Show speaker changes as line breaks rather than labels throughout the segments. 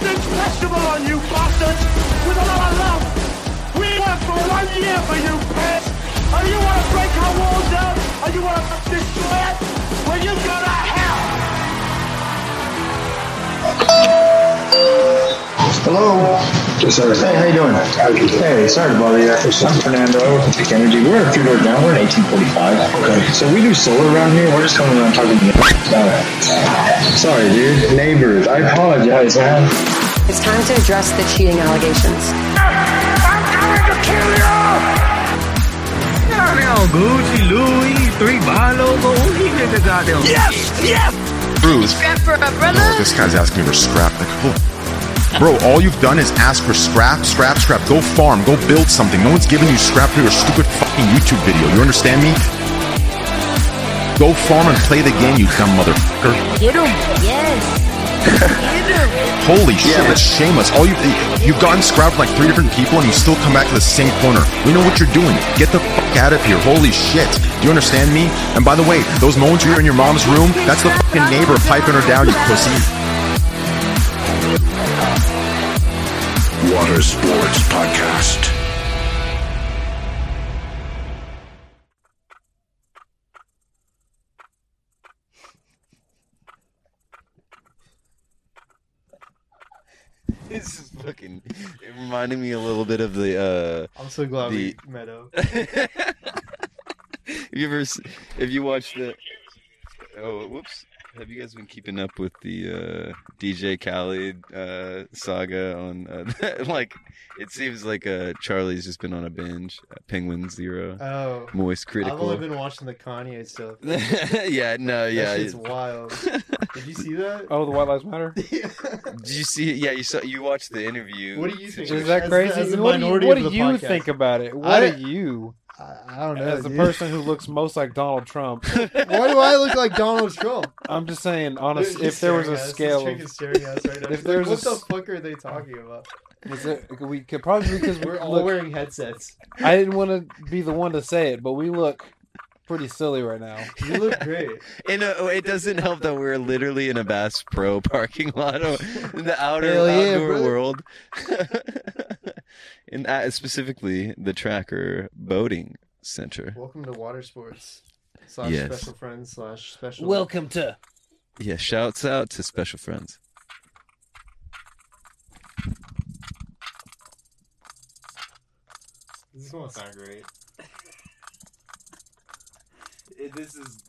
basketball on you bastards with a lot of love. We worked for one year for you, pants. And you want to break our walls down? And you want to destroy it? Well, you go to hell.
Hello.
Yes, sir.
Hey, how you doing? Hey, sorry to bother you. I'm Fernando with Tech Energy. We're a few doors down. We're in 1845.
Okay.
So we do solar around here. We're just coming around talking to you. Uh, sorry, dude. Neighbors, I apologize, man.
It's time to address the cheating allegations.
I'm coming to kill you.
Goddamn Gucci, Louis, three Balo, but who he nigga goddamn?
Yes, yes.
Bruce,
Grab for a
oh,
brother.
this guy's asking me for scrap. Like, oh. Bro, all you've done is ask for scrap, scrap, scrap. Go farm, go build something. No one's giving you scrap for your stupid fucking YouTube video. You understand me? Go farm and play the game, you dumb motherfucker.
Get him. Yes. Get him.
Holy shit, it's shameless. All you you've gotten scrap from like three different people and you still come back to the same corner. We know what you're doing. Get the fuck out of here. Holy shit. Do you understand me? And by the way, those moments you're in your mom's room, that's the fucking neighbor piping her down, you pussy.
Water Sports Podcast.
This is fucking. It reminded me a little bit of the. uh
I'm so glad we
The-
met up.
Have you ever? s- Have you watched the? Oh, whoops! Have you guys been keeping up with the uh DJ Khaled uh saga on? Uh, like, it seems like uh Charlie's just been on a binge. Uh, Penguin Zero,
Oh,
Moist
I've only
Critical.
been watching the Kanye stuff.
yeah, no, yeah.
that shit's
it-
wild. Did you see that?
Oh, the White Lives Matter.
Did you see? Yeah, you saw. You watched the interview.
What do you think?
Is
As
that
the-
crazy?
as the
what do you,
minority
what
of
do
the
you
podcast.
think about it? What
I-
do you,
I, I don't know.
as the
dude.
person who looks most like Donald Trump?
why do I look like Donald Trump?
I'm just saying, honest.
Dude, he's
If there was
staring
a
at us. This
scale,
chick
of,
is staring at us right now.
if
She's
there's
like,
a
what
s-
the fuck are they talking about?
was there, we could probably because we
We're all
look,
wearing headsets.
I didn't want to be the one to say it, but we look pretty silly right now.
You look great.
And uh, it doesn't help that we're literally in a Bass Pro parking lot o- in the outer
Hell yeah,
outdoor
brother.
world. and uh, specifically the Tracker Boating Center.
Welcome to Water Sports. Slash
Yes.
special friends slash special.
Welcome to
Yeah, shouts out to special friends.
This won't sound great.
This is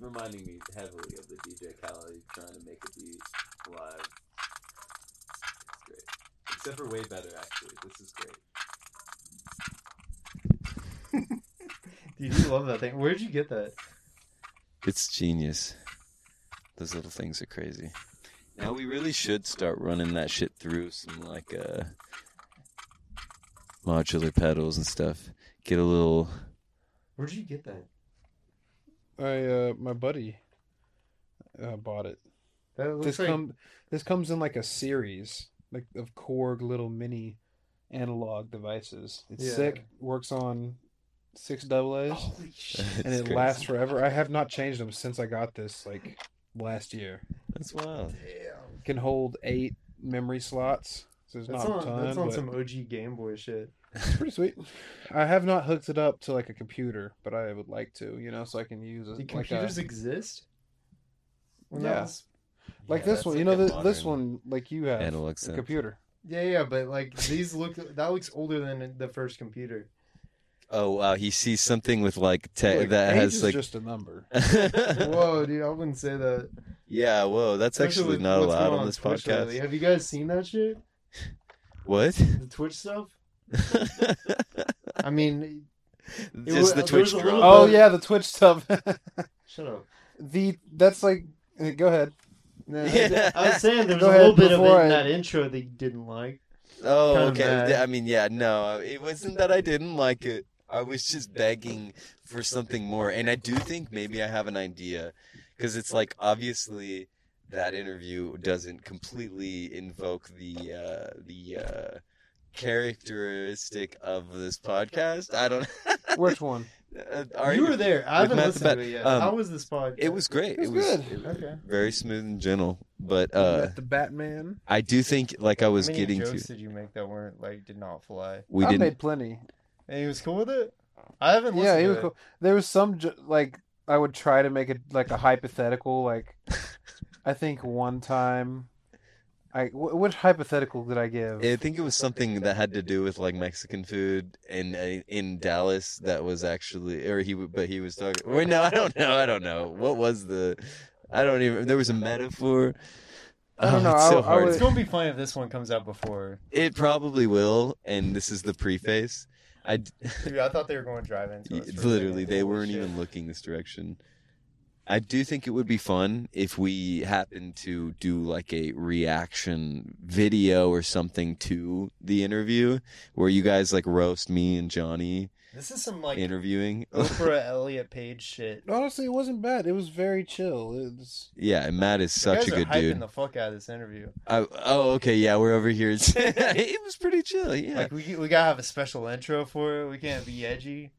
reminding me heavily of the DJ Khaled trying to make a beat live. It's great. Except for way better, actually. This is great.
Dude, you love that thing. Where'd you get that?
It's genius. Those little things are crazy. Now we really should start running that shit through some like uh modular pedals and stuff. Get a little
Where'd you get that?
I, uh, my buddy uh, bought it.
That looks
This
like
come this comes in like a series like of Korg little mini analog devices. It's
Yeah. Oh,
sick. Works on six double A's
holy shit.
and it lasts forever. I have not changed them since I got this like last year.
That's wild.
Can hold eight memory slots. So there's
That's
not a
on,
ton,
that's on
but
some OG Game Boy shit.
it's pretty sweet. I have not hooked it up to like a computer, but I would like to, you know, so I can use it.
Did
like a,
computers exist? When
Yeah.
that was-
like
Yeah,
this
that's
one,
like
you know,
a
th- this
modern
one, like you have
analog
a
synth.
computer.
yeah, yeah, but like these look that looks older than the first computer.
Oh wow, he sees something with like tech
Like,
that
age
has
is
like
just a number.
Whoa, dude, I wouldn't say that.
Yeah, whoa, that's
Especially
actually
with
not
what's
allowed
going
on this
Twitch
podcast.
lately. Have you guys seen that shit?
What?
The Twitch stuff? I mean,
Just
was-
the
there
Twitch
was a
drop.
little-
Oh yeah, the Twitch stuff.
shut up.
the that's like uh, go ahead.
No,
Yeah.
I, I was saying there's
Go
a little
ahead,
bit of it
before I-
in that intro that you didn't like.
Oh,
Kinda
okay.
mad.
Yeah, I mean, yeah, no, it wasn't that I didn't like it. I was just begging for something more. And I do think maybe I have an idea because it's like obviously that interview doesn't completely invoke the uh the uh characteristic of this podcast. I don't
Which one?
Uh, are
you were there. I
with
haven't
Matt the
listened to
Bat-
it yet.
um,
How was this pod?
It was great.
It was
it was
good.
it-
Okay.
very smooth and gentle. But uh,
the Batman.
I do think, like I was
How many
getting
jokes
to,
did you make that weren't like did not fly?
we
I
didn't.
made plenty.
And he was cool with it. I haven't listened
Yeah, he
to
was
it.
cool. There was some jo- like I would try to make it like a hypothetical. Like I think one time, I wh- which hypothetical did I give?
I think it was something that had to do with like Mexican food in uh, in Dallas that was actually or he w- but he was talking wait no I don't know I don't know what was the I don't even there was a metaphor
I don't
Oh,
know,
it's
I-
so
I
hard.
was-
It's gonna be funny if this one comes out before.
it probably will and this is the preface I d-
Dude, I thought they were going driving.
literally they weren't even looking this direction I do think it would be fun if we happened to do like a reaction video or something to the interview where you guys like roast me and Johnny
This is some like
interviewing. Oh,
Oprah Elliott Page shit.
Honestly, it wasn't bad. It was very chill. It was
yeah, and Matt is
You
such a
guys are
good
hyping
dude.
the fuck out of this interview.
I, oh, okay, yeah, we're over here. it was pretty chill. Yeah.
Like we we gotta have a special intro for it. We can't be edgy.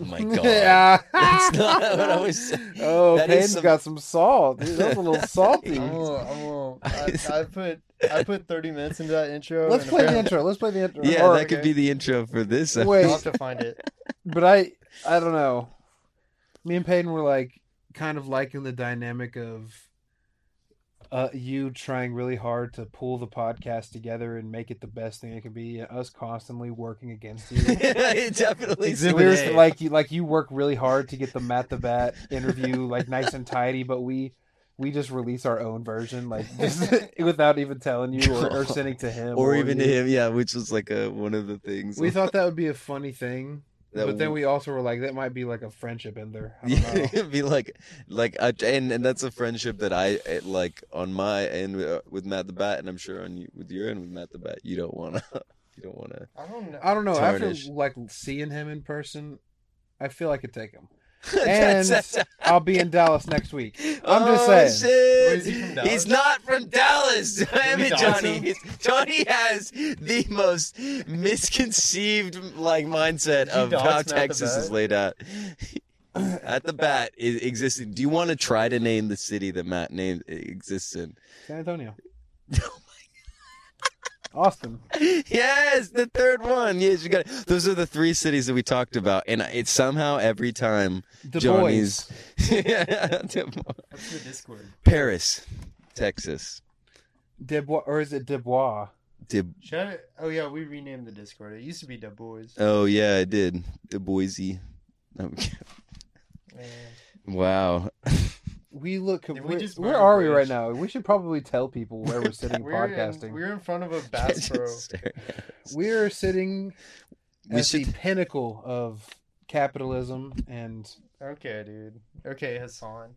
oh my god.
yeah.
That's not what I was saying.
Oh,
That is
Payne's
some- Oh,
got some salt. Dude, that was a little salty.
I'm a little, I'm a little, I, I put I put 30 minutes into that intro.
Let's
and
play the
apparently-
intro. Let's play the intro.
Yeah,
Or-
that
eh?
could be the intro for this.
Wait.
I'll have to find it.
but I I don't know. Me and Peyton were like kind of liking the dynamic of uh you trying really hard to pull the podcast together and make it the best thing it can be, and us constantly working against you.
it definitely
Exhibit
We were
A.
like you like you work really hard to get the Matt the Bat interview like nice and tidy, but we we just release our own version like just, without even telling you or, or sending to him
or even to
you.
him, yeah, which was like a, one of the things.
We thought that would be a funny thing,
that
but then we also were like that might be like a friendship ender. I don't know.
Yeah, it'd be like, like, I, and and that's a friendship that I eh, like on my end with- uh, with Matt the Bat, and I'm sure on you, with your end with Matt the Bat, you don't wanna, you don't wanna.
I don't know.
I don't know.
Tarnish.
After like seeing him in person, I feel I could take him. And I'll be in Dallas next week. I'm just
Oh,
saying.
shit.
is he from Dallas?
He's not from Dallas. Damn
we
it,
dox
Johnny.
him?
He's- Johnny has the most misconceived like mindset
Did you
of
dox him
how
at the
Texas is
bat?
laid out. At the bat is existing. Do you want to try to name the city that Matt named exists in?
San Antonio.
Oh
Austin.
yes, the third one. Yes, you got it. Those are the three cities that we talked about, and it's somehow every time
The
Johnny's
boys.
What's the Discord?
Paris, Texas.
Dubois or is it Dubois?
Dib-
Should I, oh yeah, we renamed the Discord. It used to be Du Bois.
oh yeah, I did. The Boise. Okay.
Man.
Wow.
We look
Did we
where,
just
where
burn a
are we
bridge?
right now? We should probably tell people where we're sitting
We're
podcasting.
in,
we're...
we're in front of a Bass Pro.
sitting
We
at the
should-
pinnacle of capitalism and
Okay, dude. Okay, Hassan.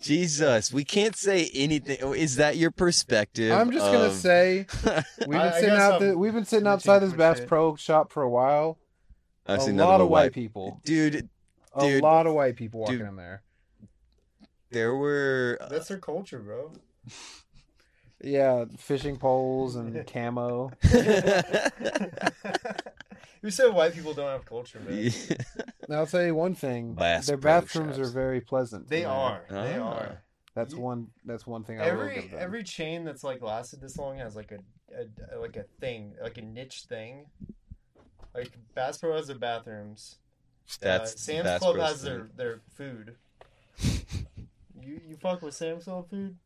Jesus, we can't say anything. Oh, Is that your perspective?
I'm just gonna
of-
say we've
I-
been
I
sitting
guess
out the,
I'm
we've been sitting
reaching
outside this
for
Bass
shit.
Pro shop for a while.
I've
a
seen
lot
another
of white
white
people.
Dude,
a
Dude.
lot of white people walking
Dude.
in there.
there were.
That's their culture, bro.
Yeah, fishing poles and camo.
Who said white people don't have culture, man?
Now I'll tell you one thing:
Bass
their
Pro
bathrooms
shops.
are very pleasant.
They
in there.
are. They
Ah.
are.
That's
You-
one. That's one thing I will
Every
give them.
every chain that's like lasted this long has like a, a like a thing, like a niche thing. Like Bass Pro has their bathrooms.
That's
uh, Sam's
that's
Club
gross
has their, their food. you you fuck with Sam's Club food?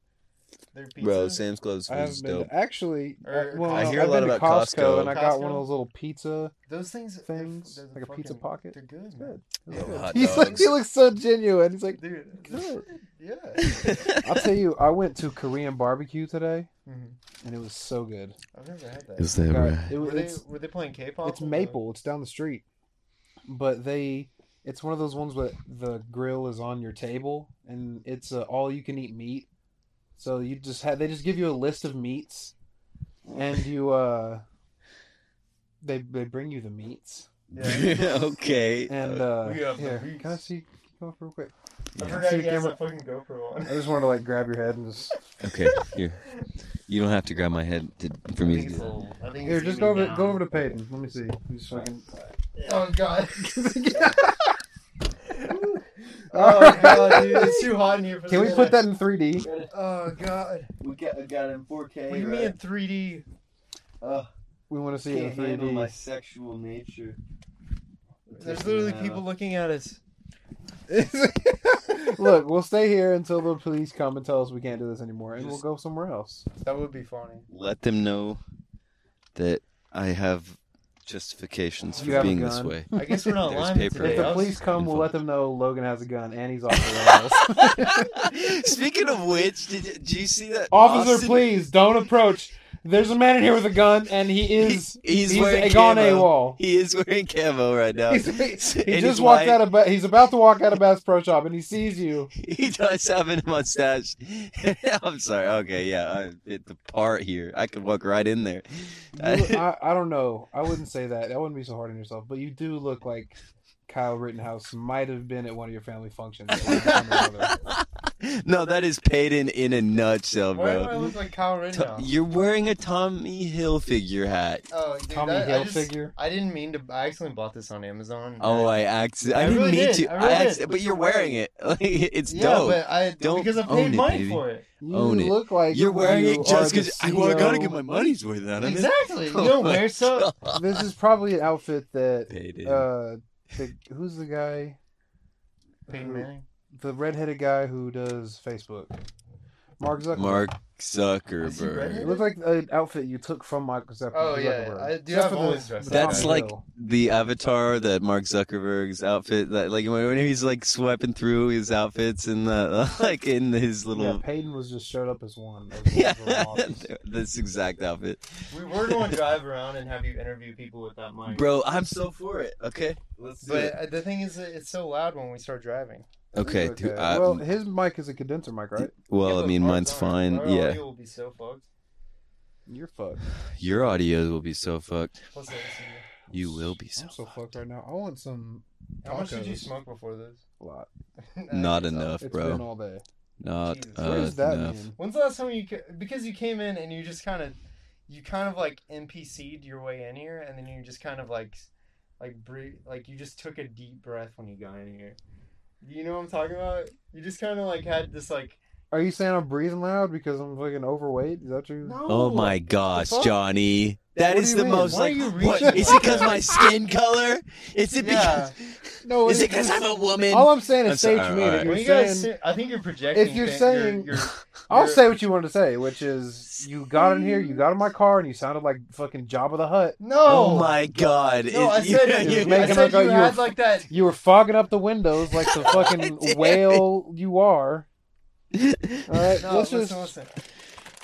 Their pizza.
Bro, Sam's Club's
I
was
haven't been
dope.
to, actually. uh,
Or-
well,
I
no,
hear a
I've
lot
been to
about
Costco,
Costco.
and I
Er,
got one
Costco?
of those little pizza
Those things they're f-
things,
they're
like a pizza
fucking-
pocket.
They're good, man.
Good.
Yo,
Good.
hot
He's like,
dogs.
he looks so genuine. He's like,
Dude,
Good.
yeah.
I'll tell you, I went to Korean barbecue today,
Mhm.
and it was so good.
I've never had that.
Is that
God,
right?
it,
were they
it's-
were they playing K-pop?
it's
or-
maple. It's down the street, but they it's one of those ones where the grill is on your table and it's uh, all you can eat meat. So you just have they just give you a list of meats, and you uh they they bring you the meats
Yeah.
okay.
and
Uh,
uh
we have the
here
meats.
can I see come up real quick?
I
Yeah.
forgot
See
he
the
has a
camera-
fucking GoPro on.
I just wanted to like grab your head and just
okay. Here. You don't have to grab my head to, for me to do that.
here just go over go over to Peyton. Let me see. Just so I can-
Oh god. Oh god, dude, it's too hot in here. For
Can we
this.
put that in 3D?
Oh god,
We got, we got it in 4K.
we
right?
mean 3D.
Ugh,
We want to see
can't
it in
handle my
3D.
sexual nature.
There's literally people looking at us.
Look, we'll stay here until the police come and tell us we can't do this anymore, and we'll
Just-
go somewhere else.
That would be funny.
Let them know that I have justifications
You
for
have a
being this
gun.
way.
I guess we're not
There's
lying
paper.
today.
If the
I was-
police come, we'll let them know Logan has a gun and he's off the rails.
Speaking of which, did, did you see that
Officer,
Austin-
please don't approach. There's a man in here with a gun, and he
he-
is
he's,
he's
wearing
a gone
camo.
AWOL.
He is wearing camo right now.
He's- he
And he's
just walked
white.
out of ba- he's about to walk out of Bass Pro Shop, and he sees you.
He does have a mustache. I'm sorry. Okay, yeah, I hit the part here. I could walk right in there.
You-
I-
I, I don't know. I wouldn't say that. That wouldn't be so hard on yourself. But you do look like Kyle Rittenhouse might have been at one of your family functions. at one time or another.
no, that is Peyton in a nutshell,
Why do I
bro.
look like Kyle
To-
Rittenhouse?
You're weall Tommy Hilfiger hat.
Oh, dude,
Tommy
that, I, just,
Hilfiger.
I didn't mean to. I accidentally bought this on Amazon.
Oh, I accident. I,
I
didn't
really
mean
did.
to.
I really did.
acci-
But
but you're
you're
wearing it. Like, it's
yeah,
dope.
but I
Don't
because I
own
paid
it,
money
baby.
for it.
You
Own it.
look like
you're wearing
you
it just
are the E
because I, well, I gotta
CEO.
get my money's worth out of it.
Exactly. You
Oh
don't
my
wear so.
This is probably an outfit that
Peyton.
uh, the, who's the guy?
Peyton Manning.
The redheaded guy who does Facebook. Mark Zuckerberg.
Mark
Is he
Zuckerberg.
redhead?
It looked like an outfit you took from Mark Zuckerberg.
Oh, yeah,
Zuckerberg.
I do
Except
have
for the-
always dressed
the
up.
That's
Tommy
like
Hill.
the avatar that Mark Zuckerberg's outfit that like when when he's like swiping through his outfits and the like in his
Yeah,
little
Peyton was just showed up as one.
yeah,
As one of the models.
this exact outfit.
We were going to drive around and have you interview people with that mic.
Bro, I'm so for it. Okay. Let's do
But
it.
uh, the thing is, that it's so loud when we start driving.
Okay, uh, dude. I,
well,
well,
his mic is a condenser mic, right?
Oh, I mean mine's fine. Yeah.
will be so fucked.
You're fucked.
Your audio will be so fucked.
Plus, I can see
You will be so
I'm so fucked right now. I want some.
you. how much did you
Tacos.
smoke before this?
A lot.
not
it's
enough,
uh, It's been
bro.
all day.
Not
Jesus.
Where
uh,
is that
enough.
man?
When's the last time you ca- because you came in and you just kind of you kind of like NPC'd your way in here and then you just kind of like s- like breathe like you just took a deep breath when you got in here. You know what I'm talking about? You just kind of like had this like
Are you saying I'm breathing loud because I'm fucking overweight? Is that true?
Oh my gosh,
fuck?
Johnny. that
What
is
do you
the
mean?
most
Why
like
are you
what
reaching
is
like
it because
that?
my skin color? Is it
Yeah.
because
No,
Is it
it's-
because I'm a woman?
All I'm saying is
I'm
stage
sorry,
me.
all
If
right.
you're
when you
saying,
guys say- I think you're projecting
if you're
fa-
saying-
your, your,
I'll
you're-
say what you wanted to say, which is you got in here, you got in my car, and you sounded like fucking Jabba the Hutt.
No.
Oh my god.
No, I
Is-
said,
you-
you,
Make
I
him
said
look like
you
you
had
were-
like that.
You were fogging up the windows like the
I
fucking
did.
whale you are. All right,
No,
let's
listen,
just
listen.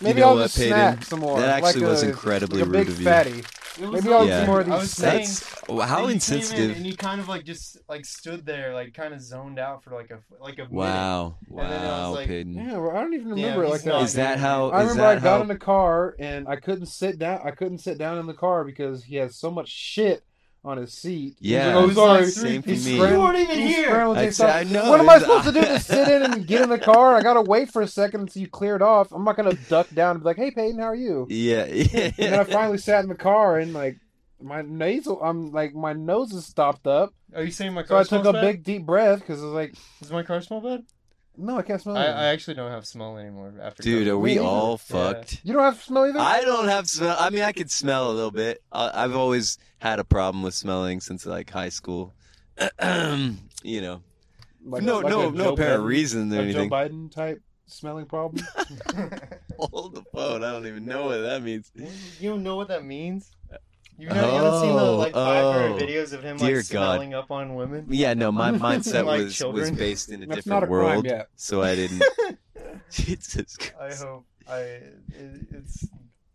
maybe
You know
I'll
what,
just
Peyton?
snack some more.
That actually
like
was
a,
incredibly
like a big
rude of you.
fatty.
It was
Maybe
not
I'll
Yeah.
eat more of
I
these
was
snakes.
saying-
That's how
that you came in
insensitive.
And you kind of like just like stood there, like kind of zoned out for like a like a minute.
Wow.
then I was
Wow,
like,
Peyton.
Yeah, well, I don't even
Yeah,
remember it
he's
like
not-
that.
Is that how
I
is
remember
that
I got
how
in the car and I couldn't sit down. I couldn't sit down in the car because he has so much shit on his seat. He's
Yeah.
like,
It
oh
was
sorry,
like three-
Same for
He's
me.
scram-
You weren't even
he's
here.
scrambled
I
his
said-
stuff.
I know,
What am I
it's-
supposed to do? Just sit in and get in the car? I gotta wait for a second until you clear it off. I'm not gonna duck down and be like, "Hey, Peyton, how are you?"
Yeah.
And then I
yeah.
finally sat in the car and like my nasal, I'm like my nose is stopped up,
Are you saying my
so
car
I took
smells
a
bad?
big deep breath because I was like,
Does my car smell bad?
"No, I can't smell."
I,
anything."
I actually don't have smell anymore after.
Oh. Dude,
COVID.
are we
Me either.
all
Yeah.
fucked?
you don't have to smell either.
I don't have smell. I mean, I could smell a little bit. I, I've always had a problem with smelling since like high school. you know,
Like-
no,
like
no,
a
no
Joe
apparent
Biden-
reason or
a Joe
anything.
Biden type smelling problem.
Hold the phone. I don't even know what that means.
you don't know what that means. You've never you haven't seen the
Oh,
like 500
oh.
videos of him
Dear
like
God.
smelling up on women.
Yeah, no, my mindset
Like
was was
children.
based in a
That's
different
not a crime
world,
yet.
so I didn't. Jesus
I
Christ.
hope I it, it's.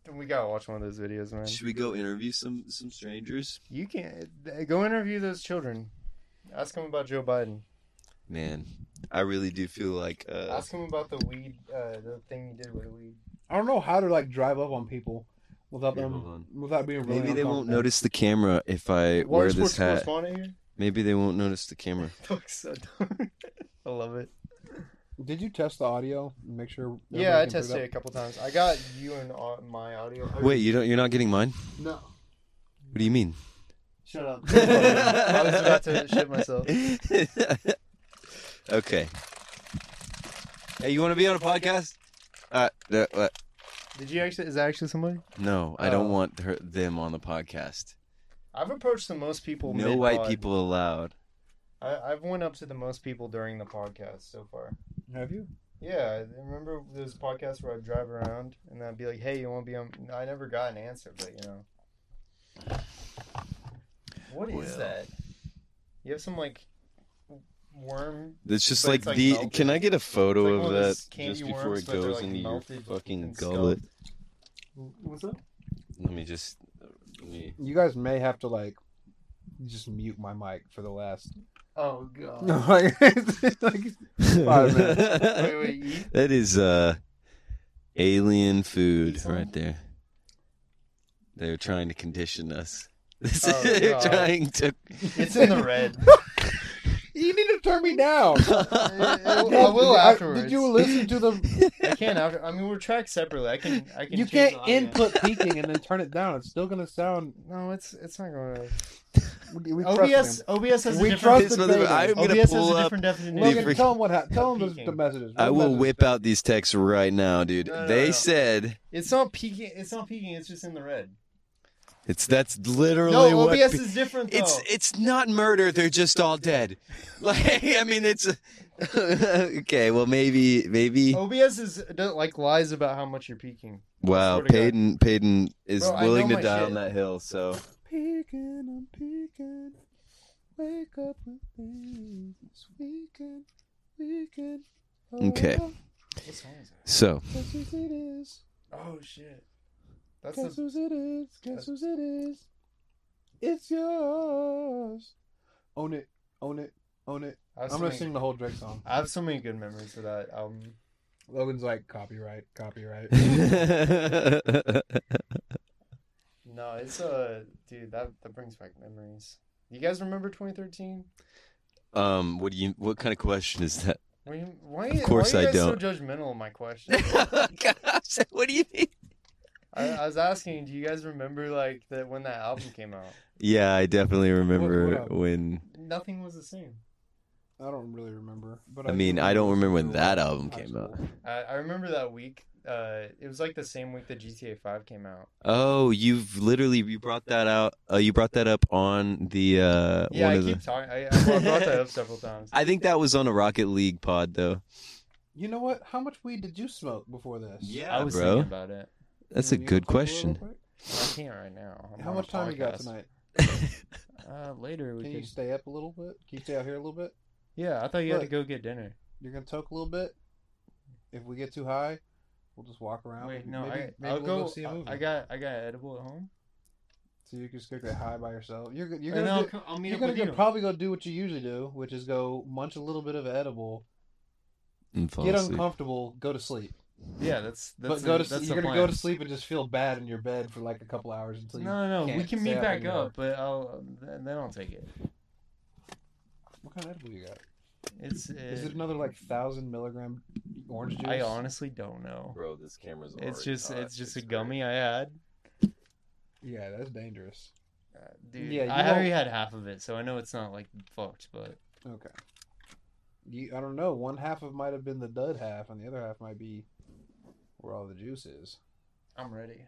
We gotta watch one of those videos, man.
Should we go interview some some strangers?
You can't go interview those children. Ask them about Joe Biden.
Man, I really do feel like uh,
Ask him about the weed, uh, the thing you did with the weed.
I don't know how to like drive up on people without
Yeah, hold
them without being really
maybe they won't
uncomfortable.
notice the camera if I wear this hat.
correspondent
Maybe they won't notice the camera.
here? Looks so dumb. I love it.
Did you test the audio? and Make sure.
Yeah, I
everybody can pick
tested it a couple times. I got you and au- my audio.
Wait, you don't? You're not getting mine?
No.
What do you mean?
Shut up.
I was about to shit myself.
Okay. Hey, you want to be on a podcast? Uh, the, uh,
Did you actually? Is that actually somebody?
no, I don't want her, them on the podcast.
I've approached the most people.
no white
mid-pod.
people allowed.
I, I've went up to the most people during the podcast so far.
Have you?
Yeah, I remember those podcasts where I'd drive around and I'd be like, "Hey, you want to be on?" I never got an answer, but you know. What is
Well.
that? You have some like w- worm.
It's just
but
like, the.
melted.
Can I get a photo
It's like
of
one of
that
those candy
just before
worms,
it
but they're,
goes
like,
into your
melted
fucking
and stuffed.
gullet?
What's up?
Let me just. Let me...
You guys may have to like just mute my mic for the last
Oh god.
like, five minutes.
wait, wait. You,
That is uh, alien food right there. They're trying to condition us.
Oh,
They're
God.
trying to.
it's in the red.
You need to turn me down.
I, I will- I will
I-
afterwards.
Did you listen to the?
I can't after. I mean, we're tracked separately. I can. I can.
You
choose
can't
the audio.
input peaking and then turn it down. It's still gonna sound.
No, it's it's not going to.
We, we trust
OBS
him.
OBS has
We
a different.
trust
This
the
mother-
baby.
I'm gonna
OBS has
pull
a
up.
different definition.
Logan,
freak-
tell him what happened. Tell him the,
Peaking.
the messages.
I
What
will
messages?
whip out these texts right now, dude.
No, no, no,
they
no.
said
It's not peaking. It's not peaking. It's just in the red.
it's that's literally
No,
what
OBS
pe-
is different though.
It's it's not murder. They're just all dead. Like I mean, it's okay. Well, maybe maybe.
OBS is don't- like lies about how much you're peaking.
wow,
swear to God.
Peyton Peyton is
Bro, I
willing to
know my
die on
shit.
that hill. So
Peeking, I'm peeking. Wake up with me. It's weekend, weekend. Oh,
Okay.
well,
What song is that?
so
Guess who's it is?
Oh shit. That's
Guess
the,
who's it is? Guess who's it is? It's yours. Own it, own it, own it.
I have
I'm
so
gonna
many,
sing the whole Drake song.
I have so many good memories of that album.
Logan's like copyright, copyright.
No, it's uh, dude, that that brings back memories. You guys remember 2013?
um, what do you? What kind of question is that?
Why, you- why,
Of course
why are
I
you guys
don't.
so judgmental of my question?
Gosh, what do you mean?
I, I was asking, do you guys remember like that when that album came out?
Yeah, I definitely remember
What- what album?
when.
Nothing was the same.
I don't really remember, but
I
do
mean, I don't remember when
it
that
was
album
high
came out.
school.
I, I remember that week. Uh, it was like the same week that GTA 5 came out.
Oh, you've literally you brought that out. Uh, you brought that up on the uh,
Yeah,
one
I
of
keep
the.
talking. I, I brought that up several times.
I think that was on a Rocket League pod though.
You know what? How much weed did you smoke before this?
I was
bro.
thinking about it.
That's
You
a
wanna
good
smoke a little
question.
quick?
I can't right now. I'm
How
on
much
a
time you got
podcast.
tonight?
Uh, later we
Can
could.
you stay up a little bit? Can you stay out here a little bit?
Yeah, I thought you had to
Look.
go get dinner.
You're gonna toke a little bit. If we get too high, we'll just walk around.
Wait, no, I,
maybe
I'll
we'll
go.
see a
I-
movie.
I, got I got edible at home. Uh,
So you can just go get high by yourself. You're go- you're
And
gonna
I'll,
do,
co- I'll meet
you're
up
gonna
with
go,
you.
probably go do what you usually do, which is go munch a little bit of edible,
And fall
get
asleep.
uncomfortable, go to sleep.
yeah, that's that's
but go
the,
to
that's
you're
the
gonna
plan.
go to sleep and just feel bad in your bed for like a couple hours until you.
No, no, no.
can't
We can
stay
meet
up
back
anymore.
up, but I'll then then I'll take it.
What kind of edible you got?
It's uh,
Is it another like thousand milligram orange juice?
I honestly don't know.
Bro, this camera's.
It's just it's just a gummy I had.
Yeah, that's dangerous.
Uh, Dude,
Yeah, you
I already
won't-
had half of it, so I know it's not like fucked, but
Okay. You, I don't know. One half of might have been the dud half, and the other half might be where all the juice is.
I'm ready.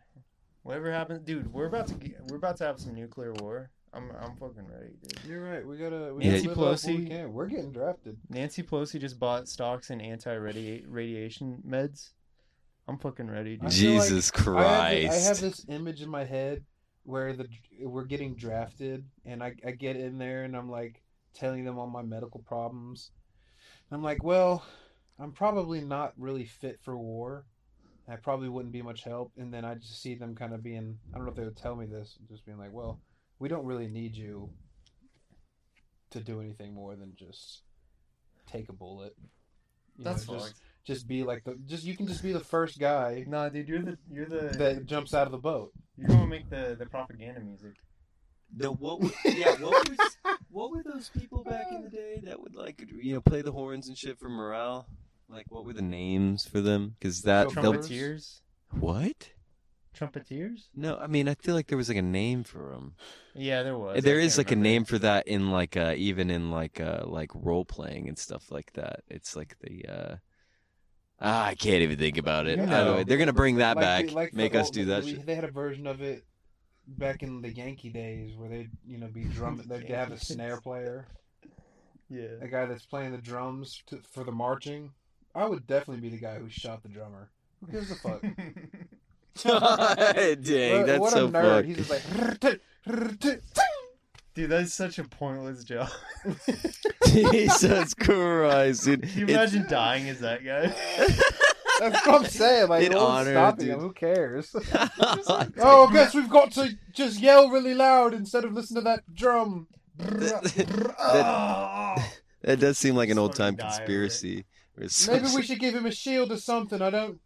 Whatever happens, dude, we're about to get, we're about to have some nuclear war. I'm I'm fucking ready, dude.
You're right. We gotta. We
Yeah.
gotta
Nancy
live up what we
Pelosi-
can. We're getting drafted.
Nancy Pelosi just bought stocks in anti-radiation meds. I'm fucking ready,
I
dude.
feel like
Jesus
I have, thi- I
Christ.
have this image in my head where the we're getting drafted, and I, I get in there, and I'm like telling them all my medical problems. And I'm like, well, I'm probably not really fit for war. I probably wouldn't be much help. And then I just see them kind of being, I don't know if they would tell me this, just being like, well, we don't really need you to do anything more than just take a bullet. You know,
That's
just,
fucked.
just be like the just you can just be the first guy
Nah, dude, you're the you're the
that jumps out of the boat.
you're gonna make the the propaganda music.
No, what? Were, yeah, what were, what were those people back in the day that would like you know play the horns and shit for morale? Like, what were the names for them? Because that
Trumpet-
the,
Trumpeteers.
what?
Trumpeteers?
No, I mean I feel like there was like a name for them.
Yeah, there was.
there
I
is
can't
like a
remember.
name for that in like uh even in like uh like role playing and stuff like that. It's like the uh ah, I can't even think about it.
You
Either
know.
way, they're gonna bring that
Like
back,
the- like the
make us
old-
do that
we-
shit.
They had a version of it back in the Yankee days where they'd you know be drum. They'd have a snare player,
Yeah.
a guy that's playing the drums to, for the marching. I would definitely be the guy who shot the drummer. Who gives a fuck?
Dang,
What-
that's
what a
so
nerd.
fucked.
He's just like, "Rrrt, rrrt, ting."
Dude, that's such a pointless job.
Jesus Christ, dude.
Can you
It's-
imagine dying as that guy?
that's what I'm saying. Like,
In
no one's
honor,
stopping
dude.
him. Who cares? oh, I guess we've got to just yell really loud instead of listen to that drum.
that, that does seem like an
Just
old time
fucking die over it.
conspiracy. or
Maybe
something.
we should give him a shield or something. I don't.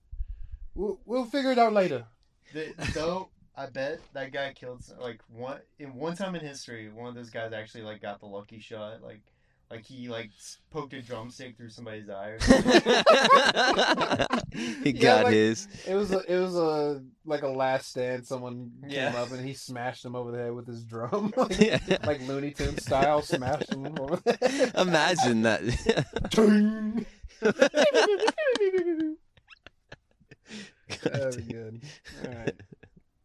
We'll, we'll figure it out later.
Th- Though I bet that guy killed s- like one in one time in history, one of those guys actually like got the lucky shot. Like, like he like s- poked a drumstick through somebody's eye. Or something.
he
Yeah,
got
like-
his.
It was a, it was a like a last stand. Someone
Yeah.
came up and he smashed him over the head with his drum, like,
Yeah.
like Looney Tunes style, smashed him over the head.
Imagine that.
Ting!
God
That'd be good. All right.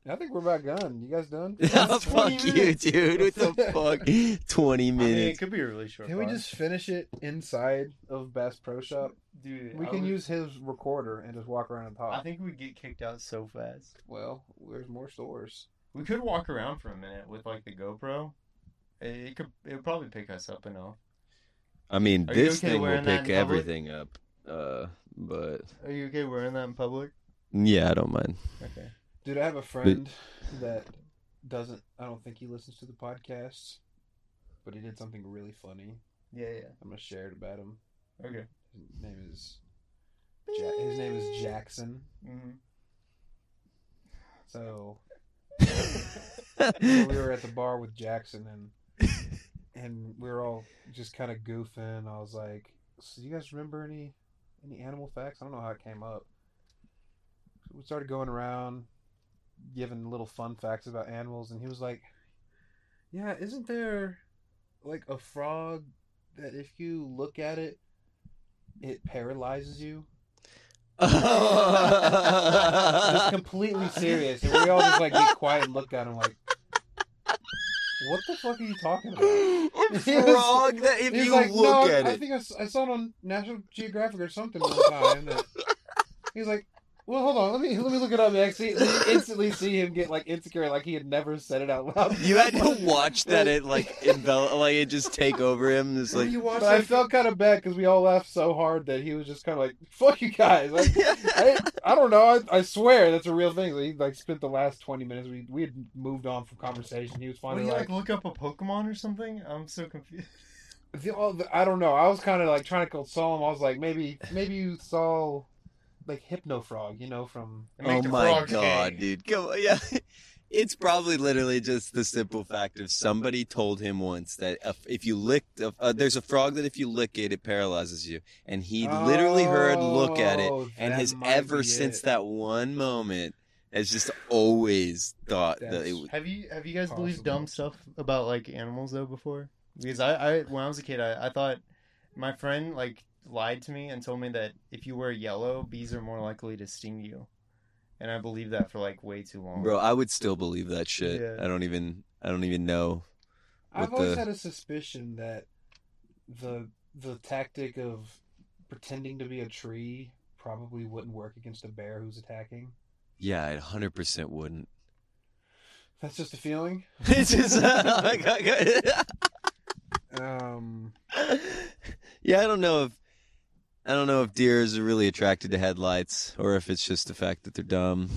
I think we're about done. You guys done?
Oh, fuck
20
you,
minutes.
dude. What the fuck? 20
I mean, it
minutes.
could be a really short.
Can we
pod.
just finish it inside of Bass Pro Shop?
dude?
We
I
can
would-
use his recorder and just walk around and talk.
I think we get kicked out so fast.
Well, there's more stores.
We could walk around for a minute with like the GoPro. It, it could. It would probably pick us up enough.
I mean,
Are you
this
okay
thing will
wearing that
pick
in public?
everything up. Uh, but
Are you okay wearing that in public?
yeah, I don't mind.
Okay.
Dude, I have a friend that doesn't. I don't think he listens to the podcasts, but he did something really funny.
Yeah, yeah.
I'm gonna share it about him.
Okay.
His name is. Ja- his name is Jackson.
hmm
So we were at the bar with Jackson and and we were all just kind of goofing. I was like, "So you guys remember any any animal facts?" I don't know how it came up. So we started going around giving little fun facts about animals, and he was like, "Yeah, isn't there like a frog that if you look at it, it paralyzes you?" Just completely serious, and we all just like get quiet and look at him like, "What the fuck are you talking about?"
It's
He was-
wrong that if
He's
you
like,
look
no,
at
I
it.
think I, s- I saw it on National Geographic or something one time. That he's like, well, hold on, let me let me look it up. Max. See, you instantly see him get like insecure, like he had never said it out loud.
You had to watch that it like envelop, like it just take over him. It's like
But I felt kind of bad because we all laughed so hard that he was just kind of like, "Fuck you guys!" Like, I, I don't know. I, I swear that's a real thing. Like, he like spent the last twenty minutes. We we had moved on from conversation. He was
What do
finally
you
like,
like look up a Pokemon or something? I'm so confused.
The, all the, I don't know. I was kind of like trying to console him. I was like, maybe, maybe you saw like Hypno Frog, you know, from
They
oh
make the
my
frog
god,
king.
dude, come on, yeah. It's probably literally just the simple fact of somebody told him once that if- if you licked, a- uh, there's a frog that if you lick it, it paralyzes you, and he literally heard "look at it"
Oh,
and
that
has
might
ever
be
since
it.
that one moment has just always thought that it
That's-
was.
Have you have you guys believed
Possible.
dumb stuff about like animals though before? Because I, I when I was a kid I, I thought my friend like lied to me and told me that if you wear yellow, bees are more likely to sting you. And I believed that for like way too long.
Bro, I would still believe that shit.
Yeah.
I don't even, I don't even know.
I've
with
always
the-
had a suspicion that the the tactic of pretending to be a tree probably wouldn't work against a bear who's attacking.
Yeah, I 100% wouldn't.
That's just a feeling.
It's just
Um,
yeah, I don't know if I don't know if deers are really attracted to headlights or if it's just the fact that they're dumb.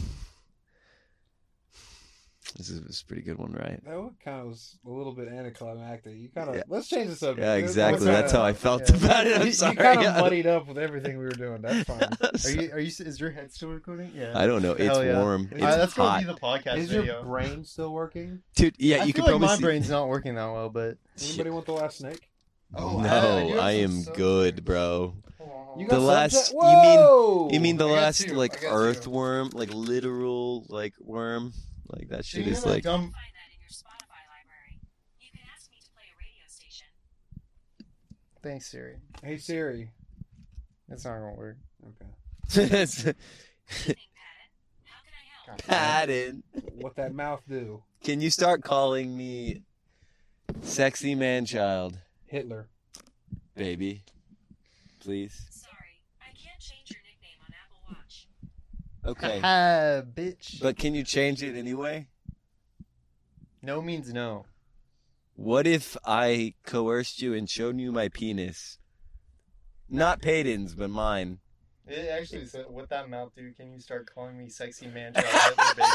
This is, this is a pretty good one, right?
that one kind of was a little bit anticlimactic. You kind of
Yeah.
let's change the subject.
Yeah,
We're
exactly.
kinda-
That's how I felt
yeah.
about it.
You-
I'm
you
sorry.
kind of muddied up with everything we were doing. That's fine.
Are you are you is your head still recording? Yeah.
I don't know. It's
Hell yeah.
warm. It's
Alright, that's
hot,
gonna be the podcast
Is
video.
your brain still working?
dude. Yeah,
I
you
feel
can
like
probably
my
see.
brain's not working that well, but
Anybody want the last snake?
Oh, I- I do
no,
have
I
some
am
stuff.
good, bro.
Hold on, hold
You
the
got
last
Snapchat?
you
Whoa!
mean you mean the
I got
last
two, I
like
got two.
earthworm like literal like worm like that
So
shit
you
is
know that
like
dumb- Thanks, Siri.
Hey Siri.
It's not gonna work.
Okay.
Patton
What that mouth do?
can you start calling me sexy man child
Hitler.
baby please okay
Ah, bitch.
but can you change it anyway
No means no.
What if I coerced you and showed you my penis? Not Payton's, but mine.
It actually said, "What that mouth, dude? Can you start calling me sexy man, child, Hitler,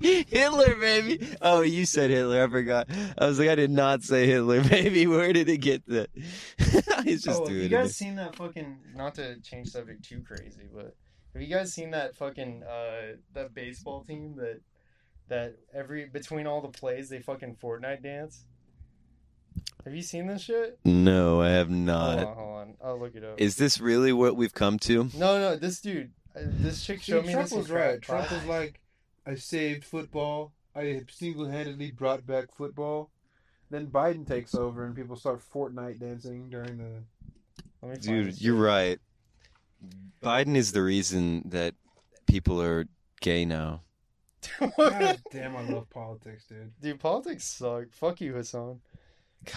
baby?"
Hitler, baby. Oh, you said Hitler. I forgot. I was like, I did not say Hitler, baby. Where did it get the? He's just
oh, have
doing
you
it.
guys seen that fucking? Not to change subject too crazy, but have you guys seen that fucking uh that baseball team that that every between all the plays they fucking Fortnite dance? Have you seen this shit?
No, I have
hold
not.
on, hold on. I'll look it up.
Uh, Is this really what we've come to?
No, no, this dude, uh, this chick
See,
showed me
Trump
this. in
was right.
crack
Trump was
pipe.
like, I saved football. I have single handedly brought back football. Then Biden takes over and people start Fortnite dancing during the.
Let me find
Dude,
this
you're
shit.
right. Biden is the reason that people are gay now.
God damn, I love politics, dude.
Dude, politics suck. Fuck you, Hassan.
God,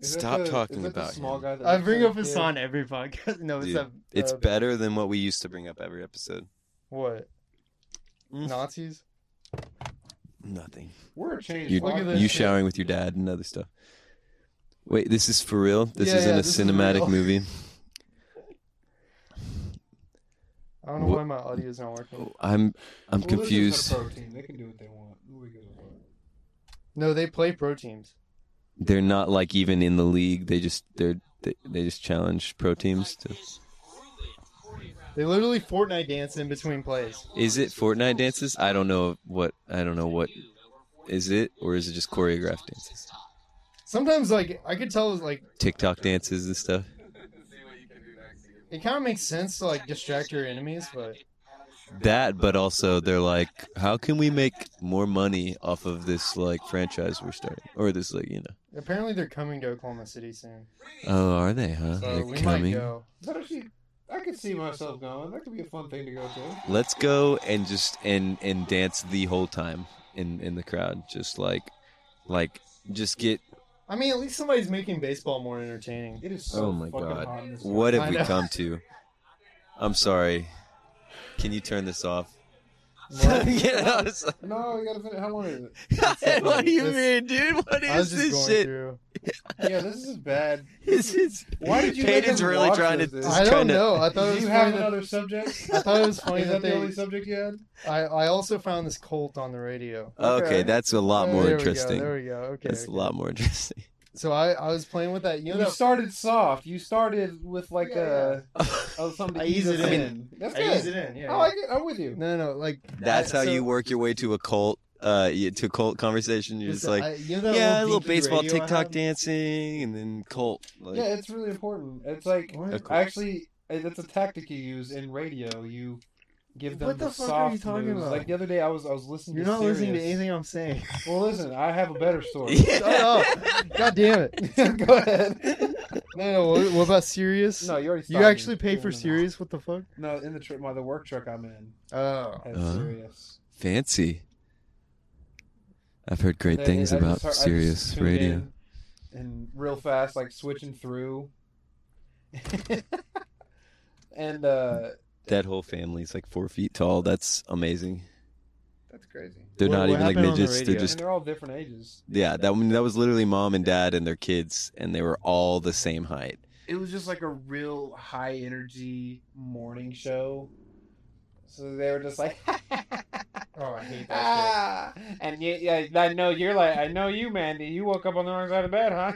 Is that
Stop
the-
talking
is that the
about
small
him.
guy that
I
looks
bring
like
up
a kid?
Hassan every podcast. No, it's
Dude,
that.
it's
uh,
better than what we used to bring up every episode.
What?
Mm.
Nazis?
Nothing.
We're a changed.
You,
Look at
podcast.
this
you
shit.
showering with your dad and other stuff. Wait, this is for real? This
Yeah,
isn't
yeah,
a
this is
cinematic
real.
movie.
I don't know
What-
why my audio's not
Oh.
working.
I'm I'm
Well, this is
confused.
their pro team. They can do what they want. Who we give a fuck?
No, they play pro teams.
They're not like even in the league. They just they're they, they just challenge pro teams to.
They literally Fortnite dance in between plays.
Is it Fortnite dances? I don't know what I don't know what is it or is it just choreographed dances?
Sometimes, like, I could tell, like,
TikTok dances and stuff.
it kind of makes sense to, like, distract your enemies, but
That, but also they're like, how can we make more money off of this like franchise we're starting or this like you know?
apparently they're coming to Oklahoma City soon.
Oh, are they? Huh?
So
They're
we might
coming.
go.
That actually, I could see myself going. That could be a fun thing to go to.
Let's go and just and and dance the whole time in in the crowd, just like like just get.
I mean, at least somebody's making baseball more entertaining.
It is so
Oh my
fucking hot in
god,
this room.
what have
I
we
know.
come to? I'm sorry. Can you turn this off? You know, it's like-
No, we gotta finish. How long is it?
what do you
This-
mean, dude? What
I
is
was just
this
going
shit?
through.
Yeah, this is bad.
This is.
Why did you let
Peyton's
them
really
watch
trying to.
this, dude?
is
I don't
trying to-
know. I thought it
Do
was
you
funny
have
that-
another subject?
I thought it was funny
Is
that
that the only
they.
subject you had?
I, I also found this cult on the radio.
Okay,
Okay.
that's a lot
Oh,
more
there
interesting.
We go, there we go. Okay.
that's
okay.
a lot more interesting.
So I, I was playing with that. You know
You
that
started soft. You started with like
Yeah,
a oh, something to
I
ease
ease
us
it
in.
in.
That's
I ease
good.
it in. Yeah.
Oh, I like it. I'm with you.
No, no, like
That's
I-
how
so-
you work your way to a cult, uh, y- to a cult conversation. You're just
Listen,
like,
I- you know that
yeah, a little
geeky
baseball,
radio I
TikTok
have?
dancing, and then cult. Like,
Yeah, it's really important. It's like
What?
Okay.
actually, that's a tactic you use in radio. You give them
What
the,
the fuck are
soft
you talking
news.
about?
Like the other day, I was I was listening.
You're
to
not listening to
Sirius.
anything I'm saying.
Well, listen, I have a better story.
Yeah.
Shut up! God damn it!
Go ahead.
No, no. What, what about Sirius?
No, you already.
you
stopped
actually
me.
pay
No,
for
no, no.
Sirius? What the fuck?
No, in the truck, my the work truck I'm in
Oh,
has
Uh-huh.
Sirius.
Fancy. I've heard great
They-
things
I just
about
heard- I just
Sirius
tuned
Radio.
in and real fast, like switching through. and uh
That whole family's like four feet tall. That's amazing.
that's crazy.
They're
What-
not
what
even like
happened on the
midgets. they're
radio?
And
just
they're all different ages.
yeah. That one- that was literally mom and dad and their kids, and they were all the same height.
It was just like a real high energy morning show. So they were just like,
oh, I hate that
ah, and you, yeah, I know you're like, I know you, Mandy. You woke up on the wrong side of bed, huh?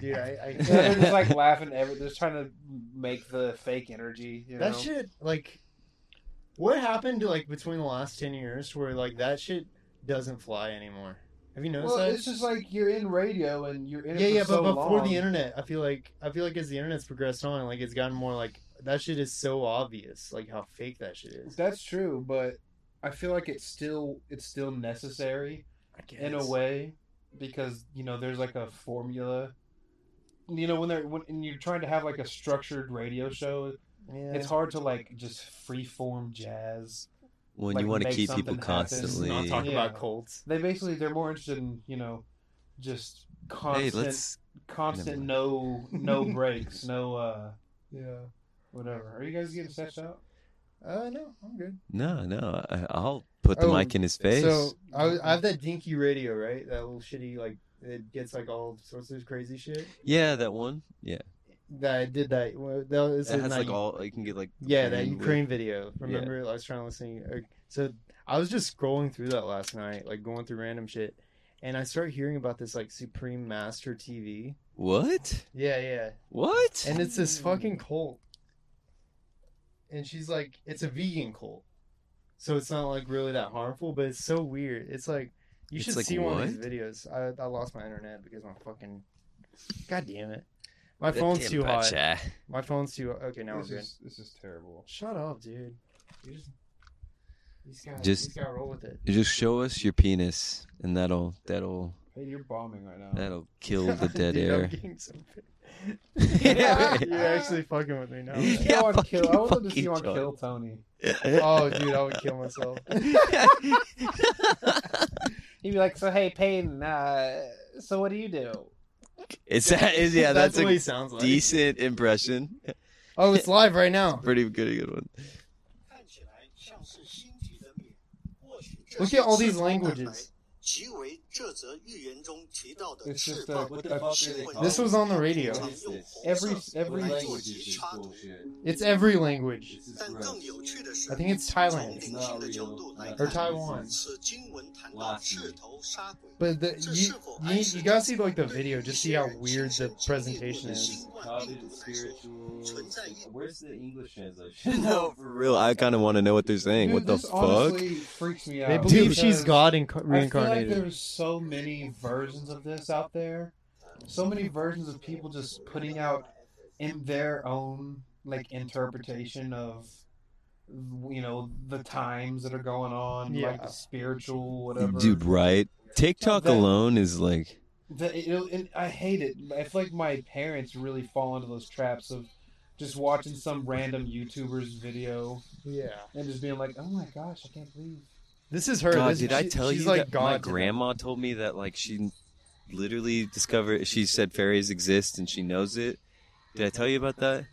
shit, dude. I,
Yeah, they're just like laughing. Every, they're just trying to make the fake energy. You know?
that shit like what happened to like between the last 10 years where like that shit doesn't fly anymore have you noticed
Well,
that
it's just like you're in radio and you're in. it
yeah
for
yeah
so
but before
long.
the internet i feel like i feel like as the internet's progressed on like it's gotten more like that shit is so obvious, like how fake that shit is.
That's true, but I feel like it's still it's still necessary in a way because you know there's like a formula. You know when they're when and you're trying to have like a structured radio show,
Yeah.
it's hard to like just freeform jazz.
When
like,
you want to
make
keep
something
people
happen.
constantly.
Not talk
Yeah.
about Colts.
They basically they're more interested in you know just constant
let's-
constant no no breaks no uh yeah whatever. Are you guys getting set out?
Uh, no, I'm good.
No, no. I, I'll put the
Oh,
mic in his face.
So I, was- I have that dinky radio, right? That little shitty, like it gets like all sorts of crazy shit.
yeah, that one. Yeah.
That I did that. well, That was
That
in
has
that
like
U-
all. You can get like.
Yeah, that
with-
Ukraine video.
Yeah.
Remember, I was trying to listen. uh, So I was just scrolling through that last night, like going through random shit, and I started hearing about this like Supreme Master TV.
What?
Yeah, yeah.
What?
And it's this fucking cult. And she's like, it's a vegan cult. So it's not like really that harmful, but it's so weird. It's like you
It's
should
like
see one of these
what?
videos. I, I lost my internet because my fucking God damn it. My phone's too hot. My phone's too okay now
this
we're good.
is this is terrible.
Shut up, dude. You just you just gotta,
Just-
you just gotta roll with it.
You Just show us your penis, and that'll that'll
Hey, you're bombing right now.
that'll kill the dead
Dude, I'm
air.
getting so pissed.
Yeah.
You're actually fucking with me now.
You
Yeah,
on
fuck
kill.
you,
I would love to
fuck
see
you,
you on
John.
kill Tony.
Oh dude, I would kill myself.
He'd be like, "So hey, Peyton, uh, so what do you do?"
It's that is yeah.
That's
That's,
what he
a
sounds like.
decent impression.
Oh, it's live right now.
Pretty good, good one.
Look at all these languages.
It's just a,
What
a-
the fuck are they talking
This was on the radio.
What is this?
every every.
What language is this bullshit?
It's every language.
This is gross.
I think it's Thailand
It's not real.
or Taiwan. But the, you, you, you gotta see like the video, just see how weird the presentation is.
Covenant spiritual. Where's the English translation?
No, for real. I kind of want to know what they're saying.
Dude,
what the
this
fuck?
honestly freaks me out.
They believe
because
she's God inc-
I feel like
reincarnated.
there's so many versions of this out there. So many versions of people just putting out in their own like interpretation of you know the times that are going on,
Yeah.
like the spiritual whatever.
Dude, right? TikTok
That-
alone is like.
The, it, it, I hate it. I feel like my parents really fall into those traps of just watching some random YouTuber's video
Yeah,
and just being like, "Oh my gosh, I can't believe."
this is her.
God,
this,
did I
she-
tell
she's
you
like
that
God
my
to them.
grandma told me that like she literally discovered she said fairies exist and she knows it. Did I tell you about that?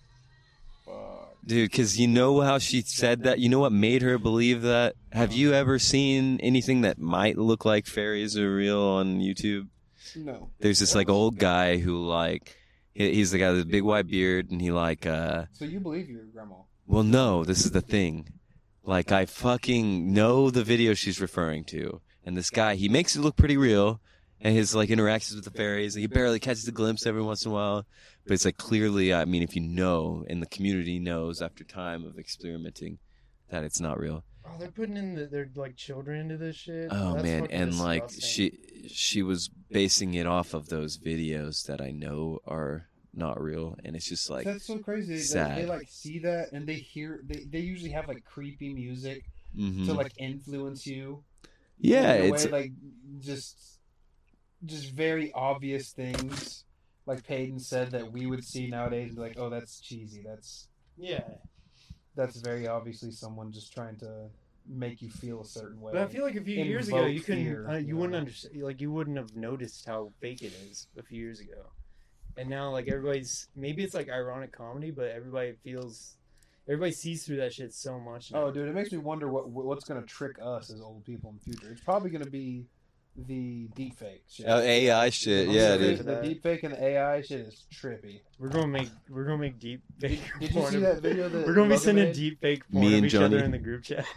Dude, because you know how she said that? You know what made her believe that? Have you ever seen anything that might look like fairies are real on YouTube?
No.
There's this like old guy who like he- he's the guy with the big white beard and he like uh
So you believe your grandma?
well, no, this is the thing. Like, I fucking know the video she's referring to. And this guy, he makes it look pretty real. And his, like, interactions with the fairies, he barely catches a glimpse every once in a while. But it's, like, clearly, I mean, if you know, and the community knows after time of experimenting, that it's not real.
Oh, they're putting in the, their like children into this shit.
Oh,
That's
man.
fucking
And, like,
disgusting.
she, she was basing it off of those videos that I know are not real. And it's just like,
That's so crazy. They, they
sad.
like see that and they hear. They, they usually have like creepy music
mhm.
to like influence you.
yeah,
in a
it's,
way, like just just very obvious things. Like Peyton said that we would see nowadays, and be like, "Oh, that's cheesy. That's
Yeah,
that's very obviously someone just trying to make you feel a certain way."
but I feel like a few years ago
Invoke
you couldn't,
fear,
uh,
you
you
know?
wouldn't understand, like you wouldn't have noticed how fake it is a few years ago, and now like everybody's maybe it's like ironic comedy, but everybody feels, everybody sees through that shit so much. Now.
Oh, dude, it makes me wonder what what's gonna trick us as old people in the future. It's probably gonna be the deep fake shit.
oh, AI shit.
I'm
Yeah,
sorry,
dude.
dude.
The deep fake and the AI shit is trippy.
We're gonna make we're gonna make deep fake.
Did you
porn
see
of-
that video that
We're gonna be
Logan
sending
made?
deep fake
Me
porn of
and
each
Johnny.
other in the group chat.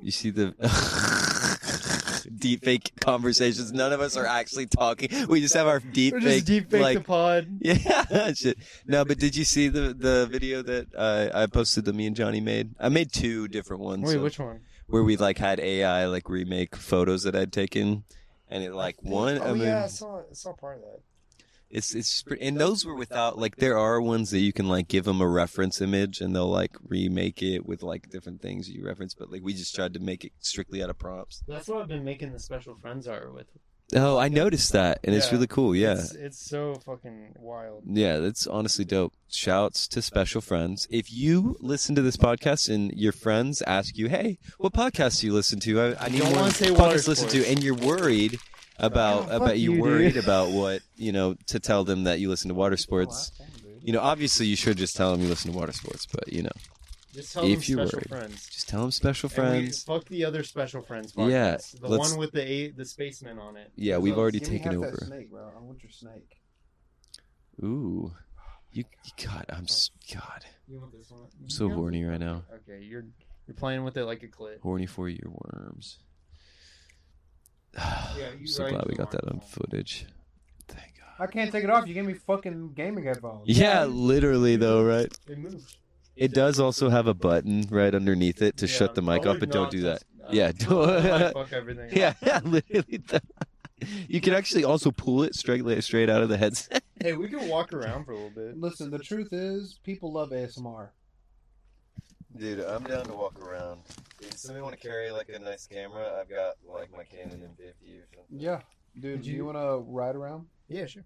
You see the deep fake conversations. None of us are actually talking. We just have our deep
We're
fake
just deep fake
like
the pod.
yeah shit. No, but did you see the the video that uh, I posted that me and Johnny made? I made two different ones.
Wait,
of-
which one?
where we like had AI like remake photos that I'd taken, and it like one.
Oh
I mean,
yeah, I saw I saw part of that.
It's it's pre- and those were without like there are ones that you can like give them a reference image and they'll like remake it with like different things you reference, but like we just tried to make it strictly out of props.
That's what I've been making the special friends art with.
Oh, I noticed that, and it's
Yeah.
really cool. Yeah,
It's, it's so fucking wild.
Yeah, that's honestly dope. Shouts to special friends. If you listen to this podcast and your friends ask you, "Hey, what podcast do you listen to?" I, I need
Don't
more
wanna say
podcasts
water
to listen to,
sports.
and you're worried about
Oh,
about
fuck
you
you,
worried
dude.
about what you know to tell them that you listen to water
Oh,
sports. You know, obviously you should just tell them you listen to water sports, but you know,
Just tell
if
them
you're
special
worried,
friends.
just tell them special
And we-
friends.
fuck the other special friends podcast.
Yeah,
the
let's-
one with the eight, the spaceman on it.
Yeah, we've
So-
already
Give me
taken
half that
over.
snake, bro. I want your snake.
Ooh, you God,
Oh.
I'm s- God,
You want this one?
I'm so horny right now.
Okay, you're you're playing with it like a clit.
Horny for your worms.
Yeah,
I'm so glad we got that on footage.
I can't take it off. You gave me fucking gaming headphones.
Yeah, literally though, right?
It moves.
It does also have a button right underneath it to shut the mic
I
off,
would
but don't
not
do that.
touch-
yeah,
I
don't.
might fuck everything
yeah,
up.
yeah, literally. the- you can actually also pull it straight straight out of the headset.
Hey, we can walk around for a little bit.
Listen, the truth is, people love ASMR.
Dude, I'm down to walk around. If somebody want to carry like a nice camera, I've got like my Canon M50 or something.
Yeah, dude.
Did
Do you,
you-
want to ride around?
Yeah, sure.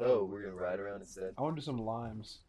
Oh, we're gonna ride around instead.
I want to do some limes.